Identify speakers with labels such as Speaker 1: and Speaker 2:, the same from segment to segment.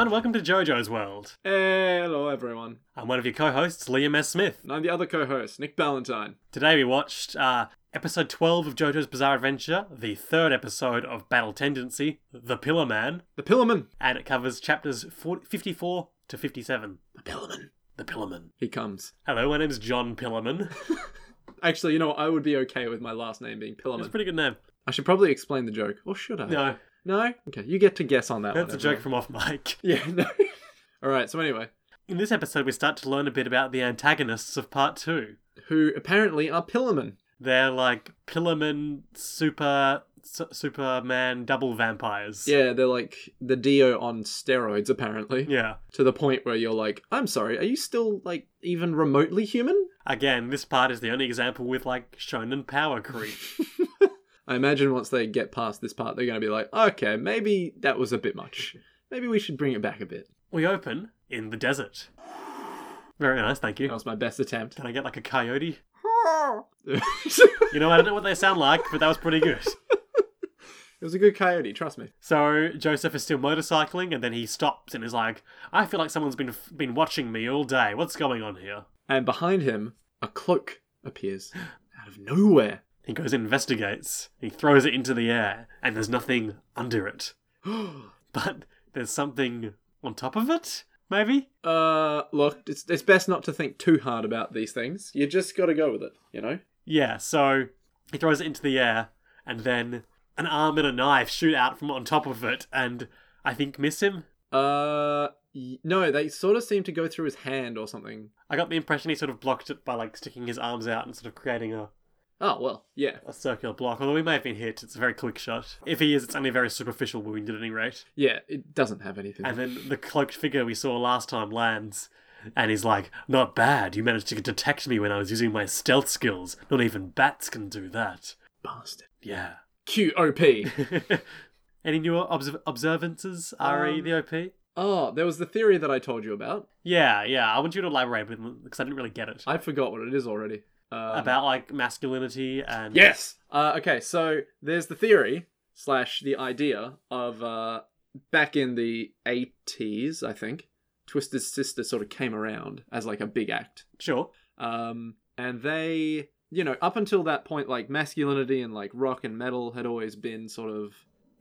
Speaker 1: and welcome to JoJo's World.
Speaker 2: Hello, everyone.
Speaker 1: I'm one of your co hosts, Liam S. Smith.
Speaker 2: And I'm the other co host, Nick Ballantyne.
Speaker 1: Today we watched uh, episode 12 of JoJo's Bizarre Adventure, the third episode of Battle Tendency, The Pillar Man,
Speaker 2: The Pillarman.
Speaker 1: and it covers chapters 40, 54 to 57.
Speaker 2: The Pillarman.
Speaker 1: The Pillarman.
Speaker 2: He comes.
Speaker 1: Hello, my name's John Pillarman.
Speaker 2: Actually, you know, what? I would be okay with my last name being
Speaker 1: It's a
Speaker 2: Pillarman.
Speaker 1: pretty good name.
Speaker 2: I should probably explain the joke, or should I?
Speaker 1: No,
Speaker 2: No? Okay, you get to guess on that
Speaker 1: that's a
Speaker 2: one.
Speaker 1: joke from off mic.
Speaker 2: everyone. Yeah, no. All right, so anyway,
Speaker 1: In this episode, we start to learn a bit about the antagonists of part two.
Speaker 2: who apparently are Pillarmen.
Speaker 1: They're like Pillarman, Super, Su- Superman, double vampires.
Speaker 2: Yeah, they're like the Dio on steroids, apparently.
Speaker 1: Yeah.
Speaker 2: To the point where you're like, I'm sorry, are you still, like, even remotely human?
Speaker 1: Again, this part is the only example with like shonen power creep.
Speaker 2: I imagine once they get past this part, they're going to be like, okay, maybe that was a bit much. Maybe we should bring it back a bit.
Speaker 1: we open in the desert. Very nice, thank
Speaker 2: That
Speaker 1: you.
Speaker 2: was my best attempt.
Speaker 1: Did I get like a coyote?
Speaker 2: it
Speaker 1: You know, I don't know what they sound like, but that was pretty good.
Speaker 2: was a good coyote, trust me.
Speaker 1: So Joseph is still motorcycling, and then he stops and is like, "I feel like someone's been been watching me all day. What's going on here?"
Speaker 2: And behind him, a cloak appears out of nowhere.
Speaker 1: He goes and investigates. He throws it into the air, and there's nothing under it, but there's something on top of it. Maybe
Speaker 2: uh, look, it's, it's best not to think too hard about these things. You just got to go with it, you know?
Speaker 1: Yeah, so he throws it into the air, and then an arm and a knife shoot out from on top of it, and I think miss him.
Speaker 2: Uh, y- no, they sort of seem to go through his hand or something.
Speaker 1: I got the impression he sort of blocked it by like sticking his arms out and sort of creating a,
Speaker 2: Oh, well, yeah.
Speaker 1: a circular block. Although he may have been hit, it's a very quick shot. If he is, it's only a very superficial wound at any rate.
Speaker 2: Yeah, it doesn't have anything.
Speaker 1: And then the cloaked figure we saw last time lands, and he's like, "Not bad. You managed to detect me when I was using my stealth skills. Not even bats can do that."
Speaker 2: Bastard.
Speaker 1: Yeah.
Speaker 2: QOP.
Speaker 1: Any new obs- observances, RE,
Speaker 2: Um,
Speaker 1: the OP?
Speaker 2: Oh, there was the theory that I told you about.
Speaker 1: Yeah, yeah. I want you to elaborate with because I didn't really get it.
Speaker 2: I forgot what it is already. Um,
Speaker 1: About like masculinity and
Speaker 2: yes. Uh, okay, so there's the theory slash the idea of uh, back in the eighties, I think, Twisted Sister sort of came around as like a big act,
Speaker 1: sure,
Speaker 2: um, and they, you know, up until that point, like masculinity and like rock and metal had always been sort of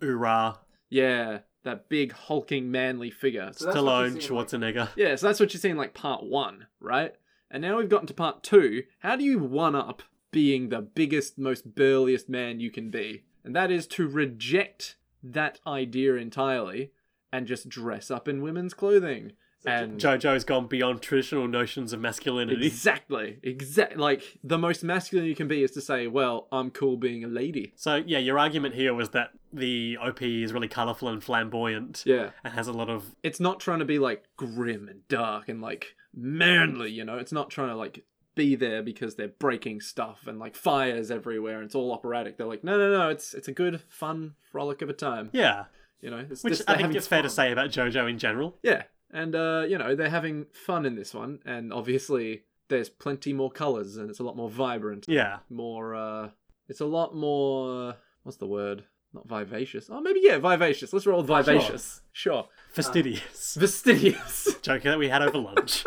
Speaker 1: Urah,
Speaker 2: yeah that big hulking manly figure. So that's what
Speaker 1: Stallone,
Speaker 2: you see in, like,
Speaker 1: Schwarzenegger.
Speaker 2: Yeah, so that's what you see in like part one, right? And now we've gotten to part two. How do you one up being the biggest, most burliest man you can be? And that is to reject that idea entirely and just dress up in women's clothing. And
Speaker 1: JoJo's gone beyond traditional notions of masculinity.
Speaker 2: exactly, exactly. Like the most masculine you can be is to say, "Well, I'm cool being a lady."
Speaker 1: So yeah, your argument here was that the OP is really colourful and flamboyant
Speaker 2: Yeah,
Speaker 1: and has a lot of
Speaker 2: it's not trying to be like grim and dark and like manly, you know. It's not trying to like be there because they're breaking stuff and like fires everywhere and it's all operatic. They're like, no, no, no. It's it's a good, fun frolic of a time,
Speaker 1: yeah,
Speaker 2: you know. It's
Speaker 1: which
Speaker 2: just-
Speaker 1: I
Speaker 2: they're
Speaker 1: think
Speaker 2: having
Speaker 1: it's fair to
Speaker 2: fun.
Speaker 1: say about JoJo in general.
Speaker 2: Yeah, and uh, you know they're having fun in this one, and obviously there's plenty more colors and it's a lot more vibrant,
Speaker 1: Yeah,
Speaker 2: more. uh It's a lot more. What's the word? Not vivacious. Oh, maybe yeah, vivacious. Let's roll vivacious. Sure.
Speaker 1: fastidious.
Speaker 2: Fastidious.
Speaker 1: Joke that we had over lunch.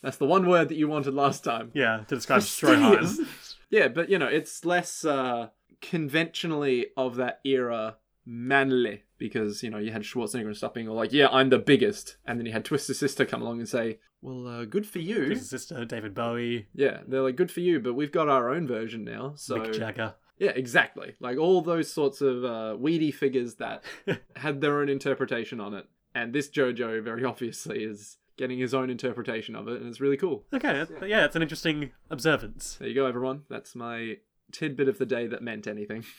Speaker 2: That's the one word that you wanted last time.
Speaker 1: yeah, to describe
Speaker 2: Fastidious.
Speaker 1: Stroheim.
Speaker 2: Yeah, but you know, it's less uh, conventionally of that era manly because you know you had Schwarzenegger and stuff being all like, "Yeah, I'm the biggest," and then you had Twister Sister come along and say, "Well, uh, good for you."
Speaker 1: His sister David Bowie,
Speaker 2: Yeah, they're like, "Good for you," but we've got our own version now. So
Speaker 1: Mick Jagger.
Speaker 2: yeah, exactly. Like all those sorts of uh, weedy figures that had their own interpretation on it, and this JoJo very obviously is getting his own interpretation of it, and it's really cool.
Speaker 1: Okay, that- yeah, it's an interesting observance.
Speaker 2: There you go, everyone. That's my tidbit of the day that meant anything.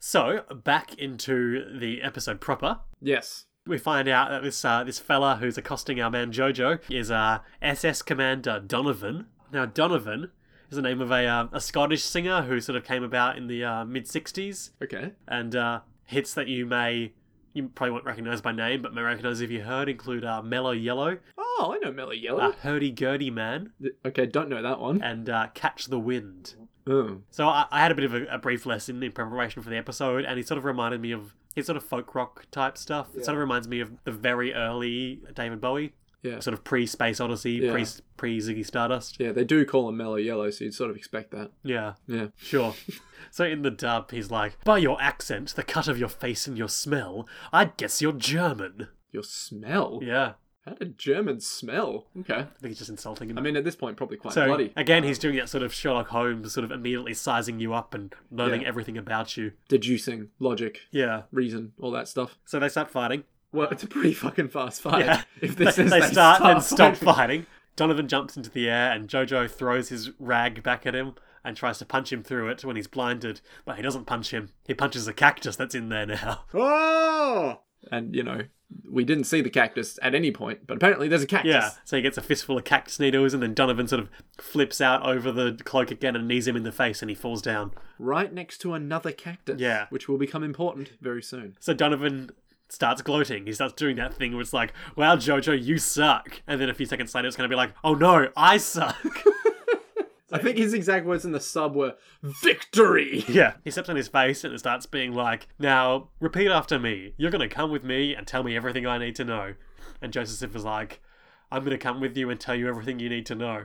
Speaker 1: So back into the episode proper,
Speaker 2: Yes.
Speaker 1: we find out that this uh, this fella who's accosting our man Jojo is uh, SS Commander Donovan. Now Donovan is the name of a uh, a Scottish singer who sort of came about in the uh, mid '60s,
Speaker 2: Okay.
Speaker 1: and uh, hits that you may you probably won't recognize by name, but may recognize if you heard include uh, Mellow Yellow,
Speaker 2: Oh,
Speaker 1: Ah.
Speaker 2: I know Melly Yellow.
Speaker 1: uh, Hurdy Gurdy Man,
Speaker 2: Th- okay, don't know that one.
Speaker 1: and uh, Catch the Wind.
Speaker 2: Oh.
Speaker 1: So I, I had a bit of a, a brief lesson in preparation for the episode, and he sort of reminded me of his sort of folk rock type stuff. It sort of reminds me of the very early David Bowie,
Speaker 2: Yeah.
Speaker 1: sort of pre Space Odyssey,
Speaker 2: Yeah.
Speaker 1: pre pre Ziggy Stardust.
Speaker 2: Yeah, they do call him Mellow Yellow, so you'd sort of expect that.
Speaker 1: Yeah,
Speaker 2: Yeah.
Speaker 1: sure. so in the dub, he's like, "By your accent, the cut of your face, and your smell, I guess you're German."
Speaker 2: Your smell?
Speaker 1: Yeah,
Speaker 2: How did Germans smell? Okay.
Speaker 1: I think he's just insulting him.
Speaker 2: I mean, at this point, probably quite
Speaker 1: so
Speaker 2: bloody.
Speaker 1: again, he's doing that sort of Sherlock Holmes, sort of immediately sizing you up and learning
Speaker 2: Yeah.
Speaker 1: everything about you.
Speaker 2: Deducing, logic,
Speaker 1: Yeah.
Speaker 2: reason, all that stuff.
Speaker 1: So they start fighting.
Speaker 2: Well, it's a pretty fucking fast fight.
Speaker 1: Yeah.
Speaker 2: If
Speaker 1: they,
Speaker 2: this is
Speaker 1: they
Speaker 2: they
Speaker 1: start and stop
Speaker 2: fighting.
Speaker 1: fighting. Donovan jumps into the air and Jojo throws his rag back at him and tries to punch him through it when he's blinded, but he doesn't punch him. He punches a cactus that's in there now.
Speaker 2: Oh! And, you know, we didn't see the cactus at any point, but apparently there's a cactus.
Speaker 1: Yeah, so he gets a fistful of cactus needles and then Donovan sort of flips out over the cloak again and knees him in the face and he falls down.
Speaker 2: Right next to another cactus.
Speaker 1: Yeah.
Speaker 2: Which will become important very soon.
Speaker 1: So Donovan starts gloating. He starts doing that thing where it's like, wow, Jojo, you suck. And then a few seconds later, it's going to be like, oh no, I suck.
Speaker 2: I think his exact words in the sub were victory!
Speaker 1: Yeah. He steps on his face and it starts being like, Now, repeat after me. You're going to come with me and tell me everything I need to know. And Joseph is like, I'm going to come with you and tell you everything you need to know.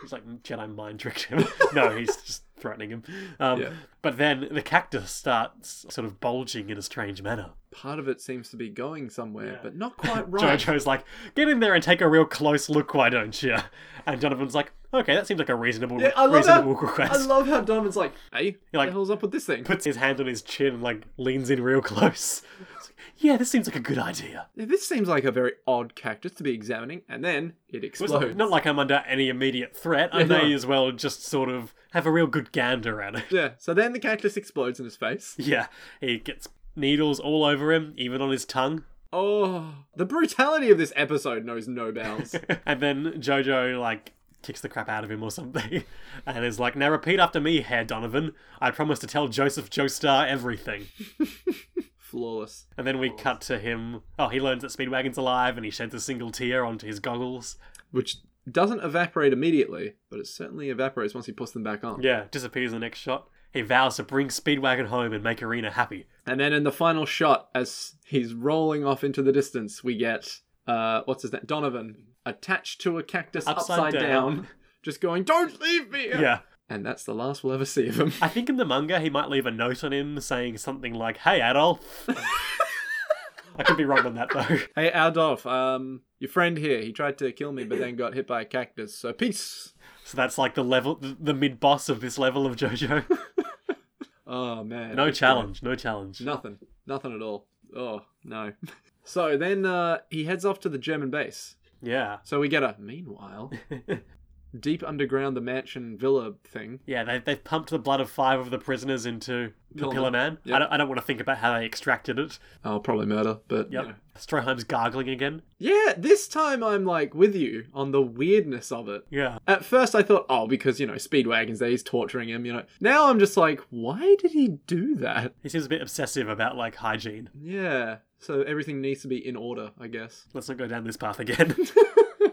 Speaker 1: He's like, "Mm, Jedi mind tricked him. no, he's just threatening him. Um,
Speaker 2: Yeah.
Speaker 1: But then the cactus starts sort of bulging in a strange manner.
Speaker 2: Part of it seems to be going somewhere,
Speaker 1: Yeah.
Speaker 2: but not quite right.
Speaker 1: Jojo's like, Get in there and take a real close look, why don't you? And Donovan's like, Okay, that seems like a reasonable,
Speaker 2: Yeah, I love
Speaker 1: reasonable
Speaker 2: how,
Speaker 1: request.
Speaker 2: I love how Donovan's like, hey, what
Speaker 1: like-
Speaker 2: the hell's up with this thing?
Speaker 1: puts his hand on his chin and like leans in real close. It's like, yeah, this seems like a good idea.
Speaker 2: This seems like a very odd cactus to be examining, and then it
Speaker 1: It's
Speaker 2: explodes.
Speaker 1: not, not like I'm under any immediate threat. I may
Speaker 2: no.
Speaker 1: as well just sort of have a real good gander at it.
Speaker 2: yeah, so then the cactus explodes in his face.
Speaker 1: Yeah, he gets needles all over him, even on his tongue.
Speaker 2: Oh, the brutality of this episode knows no bounds.
Speaker 1: and then Jojo like kicks the crap out of him or something, and is like, "Now repeat after me, Herr Donovan. I promise to tell Joseph Joestar everything."
Speaker 2: Flawless.
Speaker 1: And then we cut to him. Oh, he learns that Speedwagon's alive, and he sheds a single tear onto his goggles.
Speaker 2: Which doesn't evaporate immediately, but it certainly evaporates once he puts them back on.
Speaker 1: Yeah, disappears in the next shot. He vows to bring Speedwagon home and make Arena happy.
Speaker 2: And then in the final shot, as he's rolling off into the distance, we get uh, what's his name, Donovan, attached to a cactus
Speaker 1: Upside
Speaker 2: upside,
Speaker 1: down.
Speaker 2: down. just going, "Don't leave me!"
Speaker 1: Yeah.
Speaker 2: And that's the last we'll ever see of him.
Speaker 1: I think in the manga he might leave a note on him saying something like, Hey Adolf. I could be wrong on that though.
Speaker 2: hey, Adolf, um, your friend here, he tried to kill me, but then got hit by a cactus. So peace.
Speaker 1: So that's like the level the, the mid boss of this level of JoJo.
Speaker 2: Oh man,
Speaker 1: No challenge, no challenge.
Speaker 2: nothing, nothing at all. Oh no. So then uh, he heads off to the German base.
Speaker 1: Yeah.
Speaker 2: So we get a meanwhile. Deep underground, the mansion villa thing.
Speaker 1: Yeah, they, they've pumped the blood of five of the prisoners into the
Speaker 2: Pillar
Speaker 1: Pillar Man.
Speaker 2: Yep.
Speaker 1: I, don't, I don't want to think about how they extracted it.
Speaker 2: Oh, probably murder, but you
Speaker 1: Yep.
Speaker 2: know.
Speaker 1: Stroheim's gargling again.
Speaker 2: yeah. This time I'm like with you on the weirdness of it.
Speaker 1: Yeah.
Speaker 2: At first I thought, oh, because you know Speedwagon's there, he's torturing him. You know. Now I'm just like, why did he do that?
Speaker 1: He seems a bit obsessive about like hygiene.
Speaker 2: Yeah. So everything needs to be in order, I guess.
Speaker 1: Let's not go down this path again.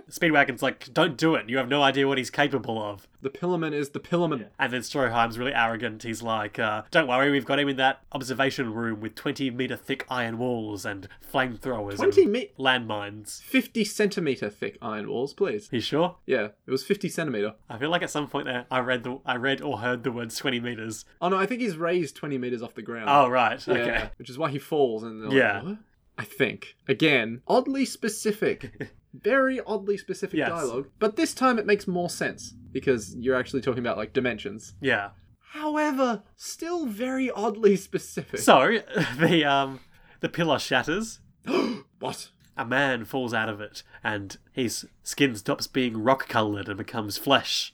Speaker 1: Speedwagon's like, don't do it. You have no idea what he's capable of.
Speaker 2: The Pillarman is the Pillarman.
Speaker 1: And then Stroheim's really arrogant. He's like, uh, don't worry, we've got him in that observation room with 20 meter thick iron walls and flamethrowers
Speaker 2: Twenty
Speaker 1: and
Speaker 2: me-
Speaker 1: landmines.
Speaker 2: fifty centimeter thick iron walls, please.
Speaker 1: You sure?
Speaker 2: Yeah, it was fifty centimeter.
Speaker 1: I feel like at some point there, I read the I read or heard the words 20 meters.
Speaker 2: Oh no, I think he's raised twenty meters off the ground.
Speaker 1: Oh right,
Speaker 2: Yeah,
Speaker 1: okay.
Speaker 2: Which is why he falls and they're
Speaker 1: Yeah.
Speaker 2: like, what? I think. Again, oddly specific. Very oddly specific
Speaker 1: Yes.
Speaker 2: dialogue. But this time it makes more sense because you're actually talking about like dimensions.
Speaker 1: Yeah.
Speaker 2: However, still very oddly specific.
Speaker 1: So the um the pillar shatters.
Speaker 2: what?
Speaker 1: A man falls out of it, and his skin stops being rock colored and becomes flesh.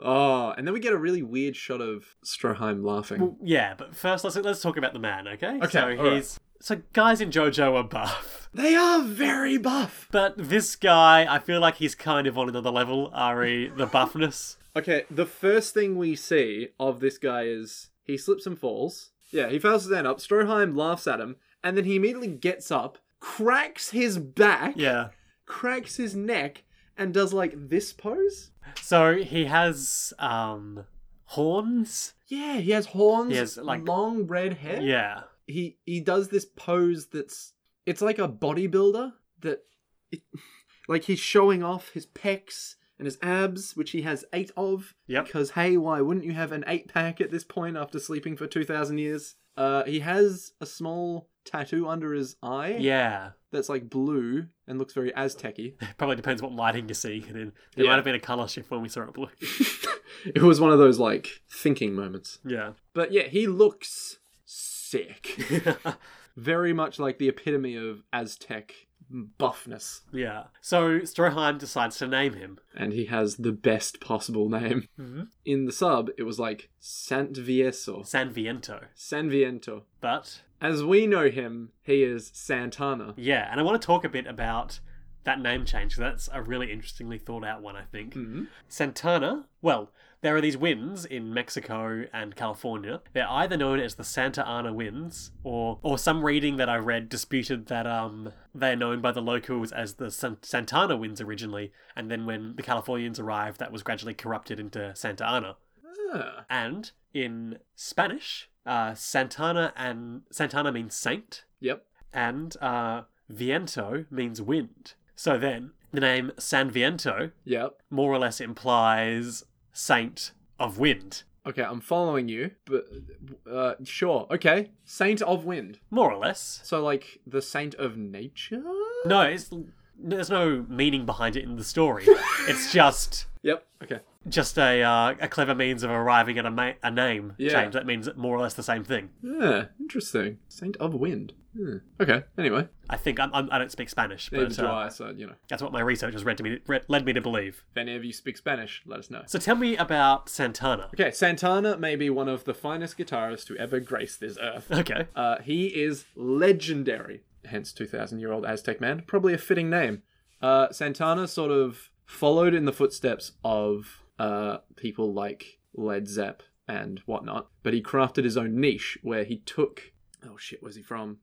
Speaker 2: Oh, and then we get a really weird shot of Stroheim laughing.
Speaker 1: Yeah, but first let's let's talk about the man, okay?
Speaker 2: Okay,
Speaker 1: So
Speaker 2: all right.
Speaker 1: he's so guys in JoJo are buff.
Speaker 2: they are very buff.
Speaker 1: But this guy, I feel like he's kind of on another level, re the buffness.
Speaker 2: Okay, the first thing we see of this guy is he slips and falls. Yeah, he fails to stand up. Stroheim laughs at him, and then he immediately gets up, cracks his back,
Speaker 1: Yeah.
Speaker 2: cracks his neck, and does like this pose.
Speaker 1: So he has um horns.
Speaker 2: Yeah, he has horns.
Speaker 1: He has, like-
Speaker 2: long red hair.
Speaker 1: Yeah.
Speaker 2: he he does this pose that's it's like a bodybuilder that it, like he's showing off his pecs and his abs which he has eight of
Speaker 1: Yep.
Speaker 2: because hey why wouldn't you have an eight pack at this point after sleeping for 2000 years uh he has a small tattoo under his eye
Speaker 1: Yeah.
Speaker 2: that's like blue and looks very aztec-y
Speaker 1: Probably depends what lighting you're seeing it in. There
Speaker 2: Yeah.
Speaker 1: might have been a color shift when we saw it blue.
Speaker 2: it was one of those like thinking moments
Speaker 1: Yeah.
Speaker 2: but yeah he looks sick very much like the epitome of aztec buffness
Speaker 1: yeah. So Stroheim decides to name him.
Speaker 2: and he has the best possible name.
Speaker 1: Mhm.
Speaker 2: In the sub, it was like Sant Vieso,
Speaker 1: San Viento.
Speaker 2: San Viento.
Speaker 1: But
Speaker 2: As we know him, he is Santana.
Speaker 1: yeah, and I want to talk a bit about that name change 'cause that's a really interestingly thought out one, I think.
Speaker 2: Mhm.
Speaker 1: Santana, well, there are these winds in Mexico and California. They're either known as the Santa Ana winds, or or some reading that I read disputed that um they're known by the locals as the San- Santana winds originally, and then when the Californians arrived, that was gradually corrupted into Santa Ana.
Speaker 2: Ah,
Speaker 1: And in Spanish, uh, Santana and Santana means saint,
Speaker 2: yep.
Speaker 1: and uh, viento means wind. So then the name San Viento
Speaker 2: Yep.
Speaker 1: more or less implies saint of wind,
Speaker 2: Okay, I'm following you, but uh, sure. Okay, Saint of Wind.
Speaker 1: more or less.
Speaker 2: So, like the Saint of Nature.
Speaker 1: No, it's there's no meaning behind it in the story. it's just
Speaker 2: Yep. Okay.
Speaker 1: just a uh, a clever means of arriving at a, ma- a name
Speaker 2: Yeah.
Speaker 1: change that means more or less the same thing.
Speaker 2: Yeah. Ah, Interesting. Saint of Wind. Hmm. Okay. Anyway,
Speaker 1: I think I'm, I'm, I don't speak Spanish,
Speaker 2: neither
Speaker 1: but
Speaker 2: do
Speaker 1: uh,
Speaker 2: I. So you know,
Speaker 1: that's what my research has read to me read, led me to believe.
Speaker 2: if any of you speak Spanish, let us know.
Speaker 1: So tell me about Santana.
Speaker 2: Okay, Santana may be one of the finest guitarists to ever grace this earth.
Speaker 1: Okay.
Speaker 2: Uh, he is legendary, hence 2,000 year old Aztec man. Probably a fitting name. Uh, Santana sort of followed in the footsteps of uh, people like Led Zepp and whatnot, but he crafted his own niche where he took. Oh shit, where's he from?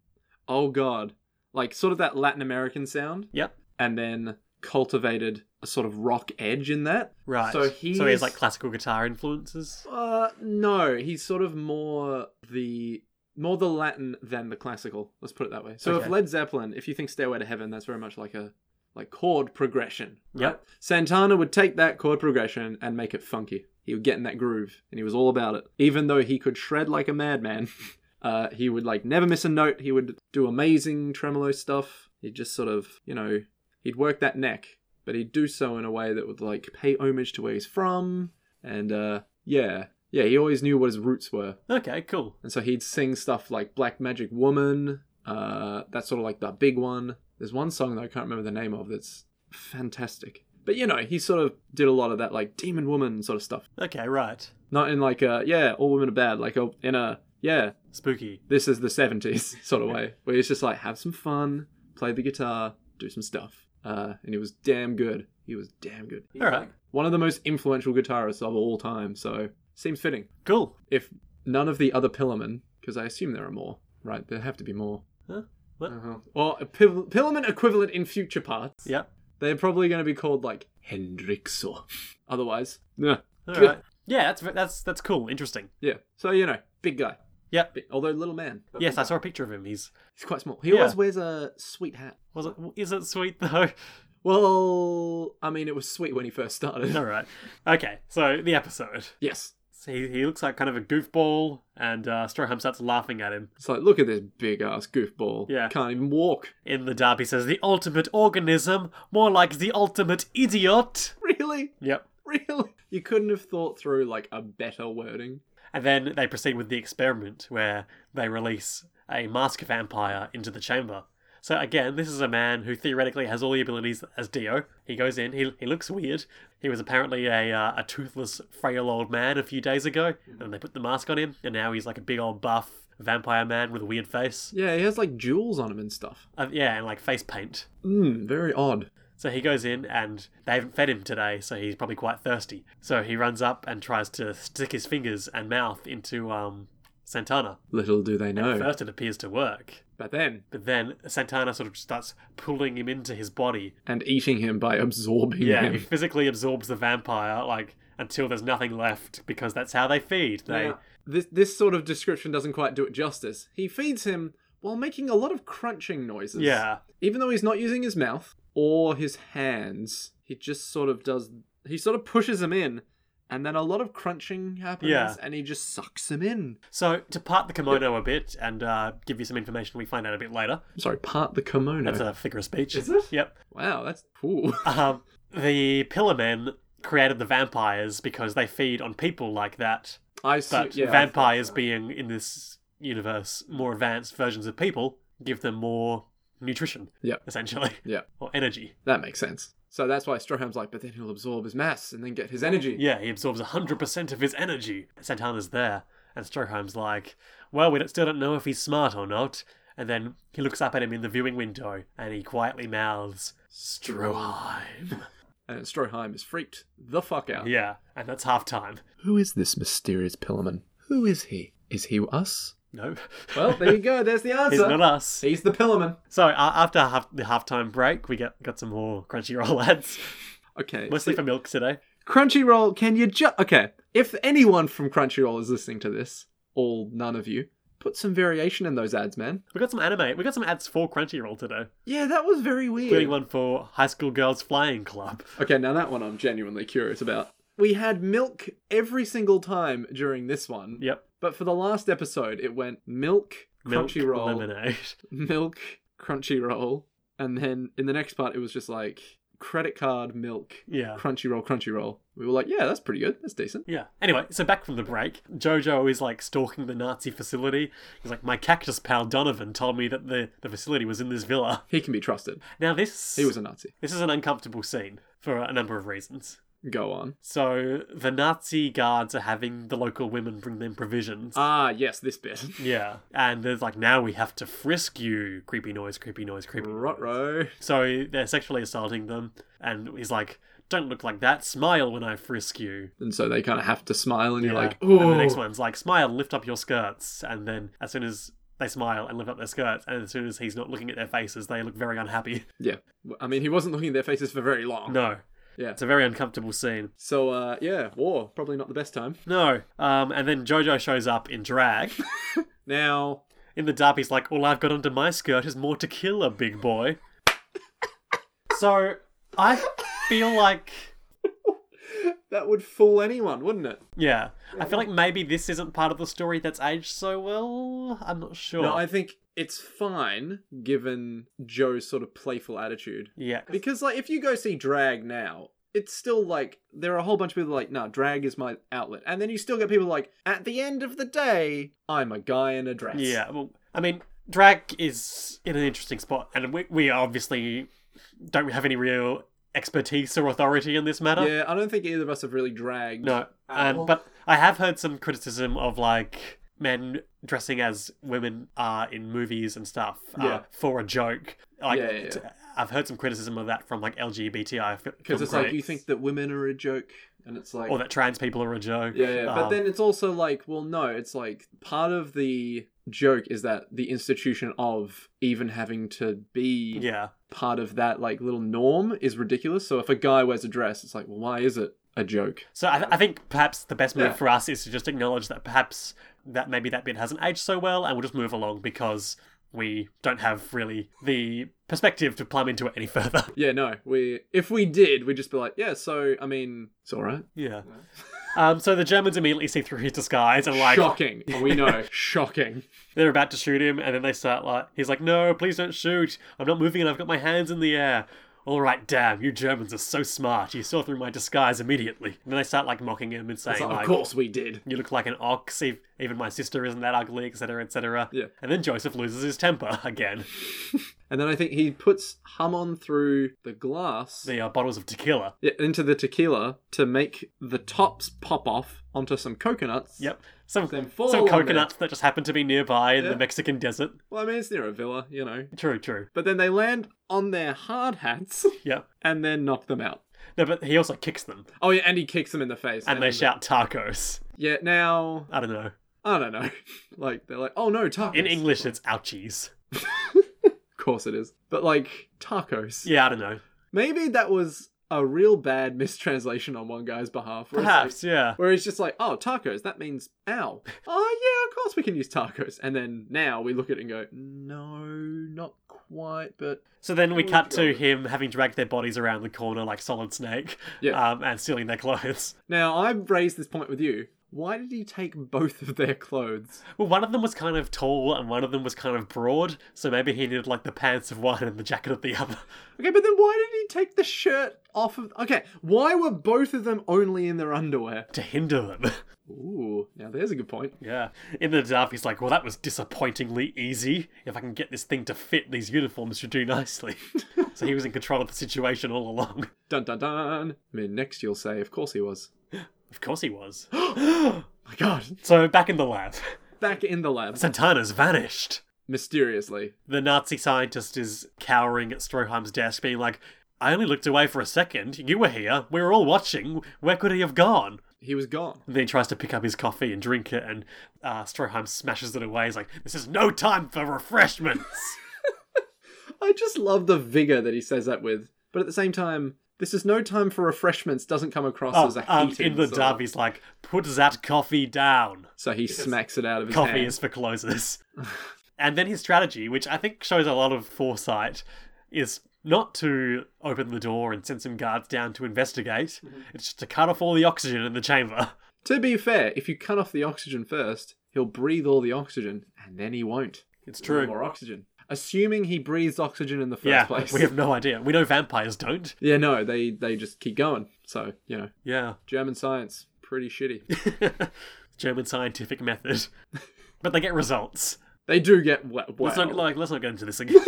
Speaker 2: Oh god. Like sort of that Latin American sound,
Speaker 1: Yep.
Speaker 2: and then cultivated a sort of rock edge in that.
Speaker 1: Right.
Speaker 2: So
Speaker 1: so he
Speaker 2: he's-
Speaker 1: has like classical guitar influences.
Speaker 2: Uh, no, he's sort of more the more the Latin than the classical. Let's put it that way. So if
Speaker 1: Okay.
Speaker 2: Led Zeppelin, if you think Stairway to Heaven, that's very much like a like chord progression.
Speaker 1: Yep.
Speaker 2: Santana would take that chord progression and make it funky. He would get in that groove, and he was all about it. Even though he could shred like a madman, uh, he would like never miss a note. He would do amazing tremolo stuff. He'd just sort of, you know, he'd work that neck, but he'd do so in a way that would like pay homage to where he's from, and uh, yeah, yeah, he always knew what his roots were.
Speaker 1: Okay. Cool.
Speaker 2: And so he'd sing stuff like Black Magic Woman. Uh, that's sort of like the big one. There's one song that I can't remember the name of that's fantastic. But you know, he sort of did a lot of that like Demon Woman sort of stuff.
Speaker 1: Okay. Right.
Speaker 2: Not in like a yeah, all women are bad. Like a, in a yeah,
Speaker 1: Spooky.
Speaker 2: this is the 70s sort of way where it's just like have some fun, play the guitar, do some stuff. Uh, and he was damn good. He was damn good. He's
Speaker 1: All right.
Speaker 2: like one of the most influential guitarists of all time. So seems fitting
Speaker 1: Cool.
Speaker 2: if none of the other Pillarmen, because I assume there are more, right? There have to be more.
Speaker 1: Huh? What?
Speaker 2: Uh-huh. Or a Pill- Pillarman equivalent in future parts.
Speaker 1: Yep.
Speaker 2: They're probably going to be called like Hendrix or otherwise. Yeah.
Speaker 1: All right. Yeah. That's that's that's cool. Interesting.
Speaker 2: Yeah. So, you know, big guy.
Speaker 1: Yep.
Speaker 2: Big, although little man. But
Speaker 1: Yes,
Speaker 2: big
Speaker 1: I
Speaker 2: guy.
Speaker 1: saw a picture of him. He's
Speaker 2: He's quite small. He
Speaker 1: Yeah.
Speaker 2: always wears a sweet hat.
Speaker 1: was it is it sweet though?
Speaker 2: Well, I mean, it was sweet when he first started.
Speaker 1: All right. Okay. So the episode.
Speaker 2: Yes.
Speaker 1: So he, he looks like kind of a goofball, and uh, Stroheim starts laughing at him.
Speaker 2: It's like, look at this big ass goofball.
Speaker 1: Yeah.
Speaker 2: Can't even walk.
Speaker 1: In the derby says the ultimate organism, more like the ultimate idiot.
Speaker 2: Really?
Speaker 1: Yep.
Speaker 2: Really? You couldn't have thought through like a better wording.
Speaker 1: And then they proceed with the experiment where they release a mask vampire into the chamber. So again, this is a man who theoretically has all the abilities as Dio. He goes in, he, he looks weird. He was apparently a, uh, a toothless, frail old man a few days ago, and they put the mask on him, and now he's like a big old buff vampire man with a weird face.
Speaker 2: Yeah, he has like jewels on him and stuff.
Speaker 1: Uh, yeah, and like face paint.
Speaker 2: Mm, very odd.
Speaker 1: So he goes in, and they haven't fed him today, so he's probably quite thirsty. So he runs up and tries to stick his fingers and mouth into um, Santana.
Speaker 2: Little do they know.
Speaker 1: First, it appears to work.
Speaker 2: But then,
Speaker 1: But then Santana sort of starts pulling him into his body.
Speaker 2: and eating him by absorbing
Speaker 1: Yeah, he
Speaker 2: him.
Speaker 1: physically absorbs the vampire, like, until there's nothing left, because that's how they feed. They
Speaker 2: Now, this this sort of description doesn't quite do it justice. He feeds him while making a lot of crunching noises.
Speaker 1: Yeah.
Speaker 2: Even though he's not using his mouth or his hands, he just sort of does he sort of pushes him in and then a lot of crunching happens
Speaker 1: Yeah.
Speaker 2: and he just sucks him in.
Speaker 1: So to part the kimono a bit and uh, give you some information we find out a bit later.
Speaker 2: Sorry, part the kimono.
Speaker 1: That's a figure of speech.
Speaker 2: Is it?
Speaker 1: Yep.
Speaker 2: wow, that's cool.
Speaker 1: Um, the Pillar Men created the vampires because they feed on people like that.
Speaker 2: I see.
Speaker 1: But
Speaker 2: yeah, I
Speaker 1: vampires, being in this universe more advanced versions of people, give them more nutrition,
Speaker 2: Yep.
Speaker 1: essentially,
Speaker 2: Yeah,
Speaker 1: or energy.
Speaker 2: that makes sense. So that's why Stroheim's like, but then he'll absorb his mass and then get his energy.
Speaker 1: Yeah, he absorbs 100% of his energy. Santana's there, and Stroheim's like, Well, we don't- still don't know if he's smart or not. And then he looks up at him in the viewing window and he quietly mouths, Stroheim.
Speaker 2: And Stroheim is freaked the fuck out.
Speaker 1: yeah, and that's half time.
Speaker 2: Who is this mysterious Pillarman? Who is he? Is he us?
Speaker 1: No.
Speaker 2: Well, there you go. There's the answer.
Speaker 1: he's not us.
Speaker 2: He's the Pillarman.
Speaker 1: So uh, after half, the halftime break, we get got some more Crunchyroll ads,
Speaker 2: Okay.
Speaker 1: mostly for milks today.
Speaker 2: Crunchyroll, can you ju- Okay. If anyone from Crunchyroll is listening to this, all none of you, put some variation in those ads, man.
Speaker 1: We got some anime. We got some ads for Crunchyroll today,
Speaker 2: Yeah, that was very
Speaker 1: including
Speaker 2: weird.
Speaker 1: one for High School Girls Flying Club.
Speaker 2: Okay, now that one I'm genuinely curious about. We had milk every single time during this one,
Speaker 1: Yep,
Speaker 2: but for the last episode, it went milk,
Speaker 1: milk
Speaker 2: Crunchyroll,
Speaker 1: lemonade.
Speaker 2: milk, Crunchyroll, and then in the next part it was just like credit card, milk,
Speaker 1: Yeah.
Speaker 2: Crunchyroll, Crunchyroll. We were like, yeah, that's pretty good. That's decent.
Speaker 1: Yeah. Anyway, so back from the break, Jojo is like stalking the Nazi facility. He's like, my cactus pal Donovan told me that the, the facility was in this villa.
Speaker 2: He can be trusted.
Speaker 1: Now this
Speaker 2: He was a Nazi.
Speaker 1: this is an uncomfortable scene for a number of reasons.
Speaker 2: Go on.
Speaker 1: So the Nazi guards are having the local women bring them provisions.
Speaker 2: Ah, yes, this bit.
Speaker 1: Yeah. And there's like, now we have to frisk you. Creepy noise, creepy noise, creepy noise.
Speaker 2: Rotro.
Speaker 1: So they're sexually assaulting them. And he's like, don't look like that. Smile when I frisk you.
Speaker 2: And so they kind of have to smile, and you're
Speaker 1: Yeah.
Speaker 2: like,
Speaker 1: And
Speaker 2: oh.
Speaker 1: the next one's like, smile, lift up your skirts. And then as soon as they smile and lift up their skirts, and as soon as he's not looking at their faces, they look very unhappy.
Speaker 2: Yeah. I mean, he wasn't looking at their faces for very long.
Speaker 1: No.
Speaker 2: Yeah.
Speaker 1: It's a very uncomfortable scene.
Speaker 2: So, uh, yeah, war. Probably not the best time.
Speaker 1: No. Um, and then Jojo shows up in drag.
Speaker 2: Now,
Speaker 1: In the dub, he's like, All I've got under my skirt is more tequila, big boy. so, I feel like.
Speaker 2: that would fool anyone, wouldn't it?
Speaker 1: Yeah. I feel like maybe this isn't part of the story that's aged so well. I'm not sure.
Speaker 2: No, I think it's fine given Joe's sort of playful attitude.
Speaker 1: Yeah.
Speaker 2: Because, like, if you go see drag now, it's still like there are a whole bunch of people like, nah, drag is my outlet. And then you still get people like, at the end of the day, I'm a guy in a dress.
Speaker 1: Yeah. Well, I mean, drag is in an interesting spot, and we, we obviously don't have any real expertise or authority in this matter.
Speaker 2: Yeah, I don't think either of us have really dragged.
Speaker 1: No.
Speaker 2: well-
Speaker 1: And, but I have heard some criticism of, like, men dressing as women are in movies and stuff uh,
Speaker 2: Yeah.
Speaker 1: for a joke. Like,
Speaker 2: Yeah, yeah, yeah.
Speaker 1: t- I've heard some criticism of that from, like, LGBTI.
Speaker 2: Because it's like you think that women are a joke, and it's like
Speaker 1: Or that trans people are a joke.
Speaker 2: yeah, yeah. but
Speaker 1: Um,
Speaker 2: then it's also like, well, no, it's like part of the joke is that the institution of even having to be
Speaker 1: Yeah.
Speaker 2: part of that like little norm is ridiculous. So if a guy wears a dress, it's like, well, why is it a joke?
Speaker 1: So I, I think perhaps the best move
Speaker 2: Yeah.
Speaker 1: for us is to just acknowledge that perhaps that maybe that bit hasn't aged so well, and we'll just move along because we don't have really the perspective to plumb into it any further.
Speaker 2: Yeah, no, we if we did, we'd just be like, yeah. So I mean, it's all right.
Speaker 1: Yeah. Um, so the Germans immediately see through his disguise and like
Speaker 2: Shocking. Oh, we know. Shocking.
Speaker 1: they're about to shoot him, and then they start like he's like, "No, please don't shoot! I'm not moving, and I've got my hands in the air." All right, damn, you Germans are so smart. You saw through my disguise immediately. And then they start like mocking him and saying,
Speaker 2: It's like,
Speaker 1: like,
Speaker 2: of course we did.
Speaker 1: you look like an ox ev- even my sister isn't that ugly etc etc
Speaker 2: Yeah.
Speaker 1: and then joseph loses his temper again
Speaker 2: And then I think he puts Hamon through the glass.
Speaker 1: the uh, bottles of tequila
Speaker 2: Yeah, into the tequila to make the tops pop off onto some coconuts.
Speaker 1: yep some,
Speaker 2: Then
Speaker 1: some
Speaker 2: fall on
Speaker 1: coconuts that just happen to be nearby in
Speaker 2: Yeah.
Speaker 1: the mexican desert
Speaker 2: Well, I mean, it's near a villa, you know.
Speaker 1: true true
Speaker 2: But then they land on their hard hats
Speaker 1: yeah
Speaker 2: and then knock them out.
Speaker 1: no but he also kicks them
Speaker 2: Oh, yeah, and he kicks them in the face.
Speaker 1: and they shout tacos
Speaker 2: Yeah, now,
Speaker 1: i don't know
Speaker 2: I don't know. like, they're like, oh no, tacos.
Speaker 1: in english it's ouchies
Speaker 2: Of course it is. But like tacos.
Speaker 1: Yeah, I don't know.
Speaker 2: Maybe that was a real bad mistranslation on one guy's behalf. where it's like-
Speaker 1: Perhaps, yeah.
Speaker 2: Where he's just like, oh, tacos, that means ow. oh, yeah, of course we can use tacos. And then now we look at it and go, no, not quite, but
Speaker 1: So then we
Speaker 2: Oh,
Speaker 1: cut to
Speaker 2: God.
Speaker 1: him having dragged their bodies around the corner like Solid Snake
Speaker 2: Yeah.
Speaker 1: um, and stealing their clothes.
Speaker 2: Now, I've raised this point with you. Why did he take both of their clothes?
Speaker 1: Well, one of them was kind of tall and one of them was kind of broad, so maybe he needed like the pants of one and the jacket of the other.
Speaker 2: Okay, but then why did he take the shirt off of. Okay, why were both of them only in their underwear?
Speaker 1: to hinder them.
Speaker 2: Ooh, now there's a good point.
Speaker 1: yeah. In the dark, he's like, well, that was disappointingly easy. If I can get this thing to fit, these uniforms should do nicely. so he was in control of the situation all along.
Speaker 2: Dun dun dun. I mean, next you'll say, of course he was.
Speaker 1: Of course he was.
Speaker 2: My god.
Speaker 1: so back in the lab,
Speaker 2: Back in the lab.
Speaker 1: Santana's vanished.
Speaker 2: Mysteriously.
Speaker 1: The Nazi scientist is cowering at Stroheim's desk, being like, I only looked away for a second. You were here. We were all watching. Where could he have gone?
Speaker 2: He was gone.
Speaker 1: And then he tries to pick up his coffee and drink it, and uh, Stroheim smashes it away. He's like, This is no time for refreshments.
Speaker 2: I just love the vigor that he says that with. But at the same time, this is no time for refreshments doesn't come across
Speaker 1: Oh,
Speaker 2: as a
Speaker 1: um,
Speaker 2: heating.
Speaker 1: in the
Speaker 2: so-
Speaker 1: dub, he's like, put that coffee down.
Speaker 2: So he smacks it out of his
Speaker 1: Coffee
Speaker 2: hand.
Speaker 1: is for closers. and then his strategy, which I think shows a lot of foresight, is not to open the door and send some guards down to investigate.
Speaker 2: Mm-hmm.
Speaker 1: It's just to cut off all the oxygen in the chamber.
Speaker 2: To be fair, if you cut off the oxygen first, he'll breathe all the oxygen, and then he won't.
Speaker 1: It's
Speaker 2: No
Speaker 1: true.
Speaker 2: More oxygen. Assuming he breathes oxygen in the first
Speaker 1: Yeah,
Speaker 2: place.
Speaker 1: we have no idea. We know vampires don't.
Speaker 2: Yeah, no, they they just keep going. So you know,
Speaker 1: Yeah.
Speaker 2: German science pretty shitty.
Speaker 1: German scientific method. But they get results.
Speaker 2: they do get well.
Speaker 1: Let's,
Speaker 2: well.
Speaker 1: not, like, let's not get into this again.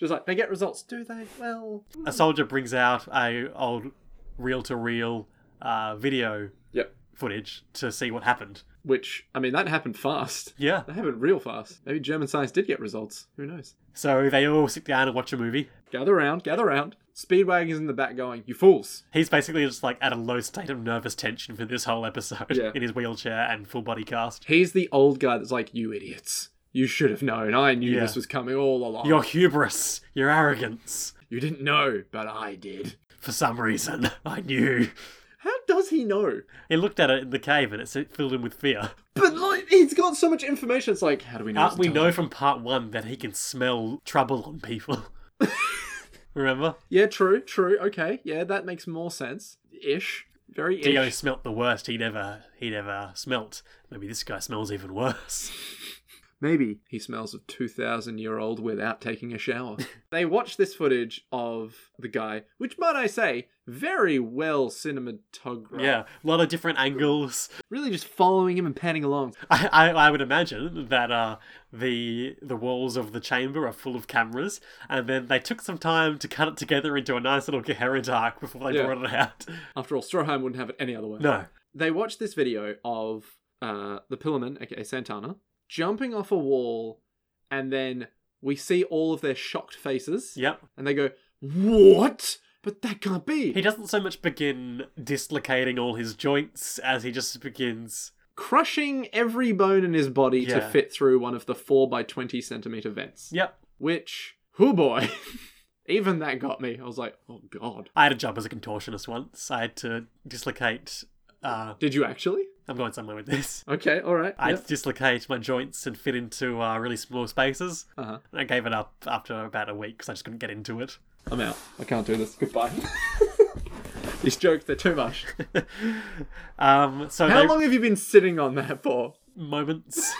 Speaker 2: just like they get results, do they? Well,
Speaker 1: a soldier brings out a old reel-to-reel uh, video
Speaker 2: yep.
Speaker 1: footage to see what happened.
Speaker 2: Which I mean, that happened fast.
Speaker 1: Yeah.
Speaker 2: That happened real fast. Maybe German science did get results. Who knows?
Speaker 1: So they all sit down and watch a movie.
Speaker 2: Gather round, gather round. Speedwagon's in the back going, you fools.
Speaker 1: He's basically just like at a low state of nervous tension for this whole episode
Speaker 2: Yeah.
Speaker 1: in his wheelchair and full body cast.
Speaker 2: He's the old guy that's like, you idiots. You should have known. I knew
Speaker 1: Yeah.
Speaker 2: this was coming all along.
Speaker 1: Your hubris, your arrogance.
Speaker 2: You didn't know, but I did.
Speaker 1: For some reason, I knew.
Speaker 2: How does he know?
Speaker 1: He looked at it in the cave and it s- filled him with fear.
Speaker 2: But like, he's got so much information. It's like, how do we know?
Speaker 1: Uh,
Speaker 2: it's
Speaker 1: we
Speaker 2: a
Speaker 1: know from part one that he can smell trouble on people. Remember?
Speaker 2: Yeah, true, true. Okay, yeah, that makes more sense. Ish. Very ish.
Speaker 1: Dio smelt the worst he'd ever he'd ever smelt. Maybe this guy smells even worse.
Speaker 2: Maybe he smells of 2,000 year old without taking a shower. they watch this footage of the guy, which might I say, very well cinematographed.
Speaker 1: Yeah, a lot of different angles.
Speaker 2: Really just following him and panning along.
Speaker 1: I, I, I would imagine that uh, the the walls of the chamber are full of cameras, and then they took some time to cut it together into a nice little coherent arc before they
Speaker 2: Yeah.
Speaker 1: brought it out.
Speaker 2: After all, Stroheim wouldn't have it any other way.
Speaker 1: No,
Speaker 2: They watch this video of uh, the Pillarman, aka Santana, jumping off a wall, and then we see all of their shocked faces,
Speaker 1: yep.
Speaker 2: and they go, What? But that can't be.
Speaker 1: He doesn't so much begin dislocating all his joints as he just begins.
Speaker 2: crushing every bone in his body to
Speaker 1: Yeah.
Speaker 2: fit through one of the 4 by 20 centimeter vents.
Speaker 1: Yep,
Speaker 2: Which, oh boy, even that got me. I was like, oh god.
Speaker 1: I had a job as a contortionist once. I had to dislocate. Uh,
Speaker 2: Did you actually?
Speaker 1: I'm going somewhere with this.
Speaker 2: Okay, all right.
Speaker 1: I
Speaker 2: yep.
Speaker 1: had to dislocate my joints and fit into uh, really small spaces.
Speaker 2: Uh-huh.
Speaker 1: And I gave it up after about a week because I just couldn't get into it.
Speaker 2: I'm out. I can't do this. Goodbye. These jokes, they're too much.
Speaker 1: Um, so
Speaker 2: How
Speaker 1: they-
Speaker 2: long have you been sitting on that for?
Speaker 1: moments.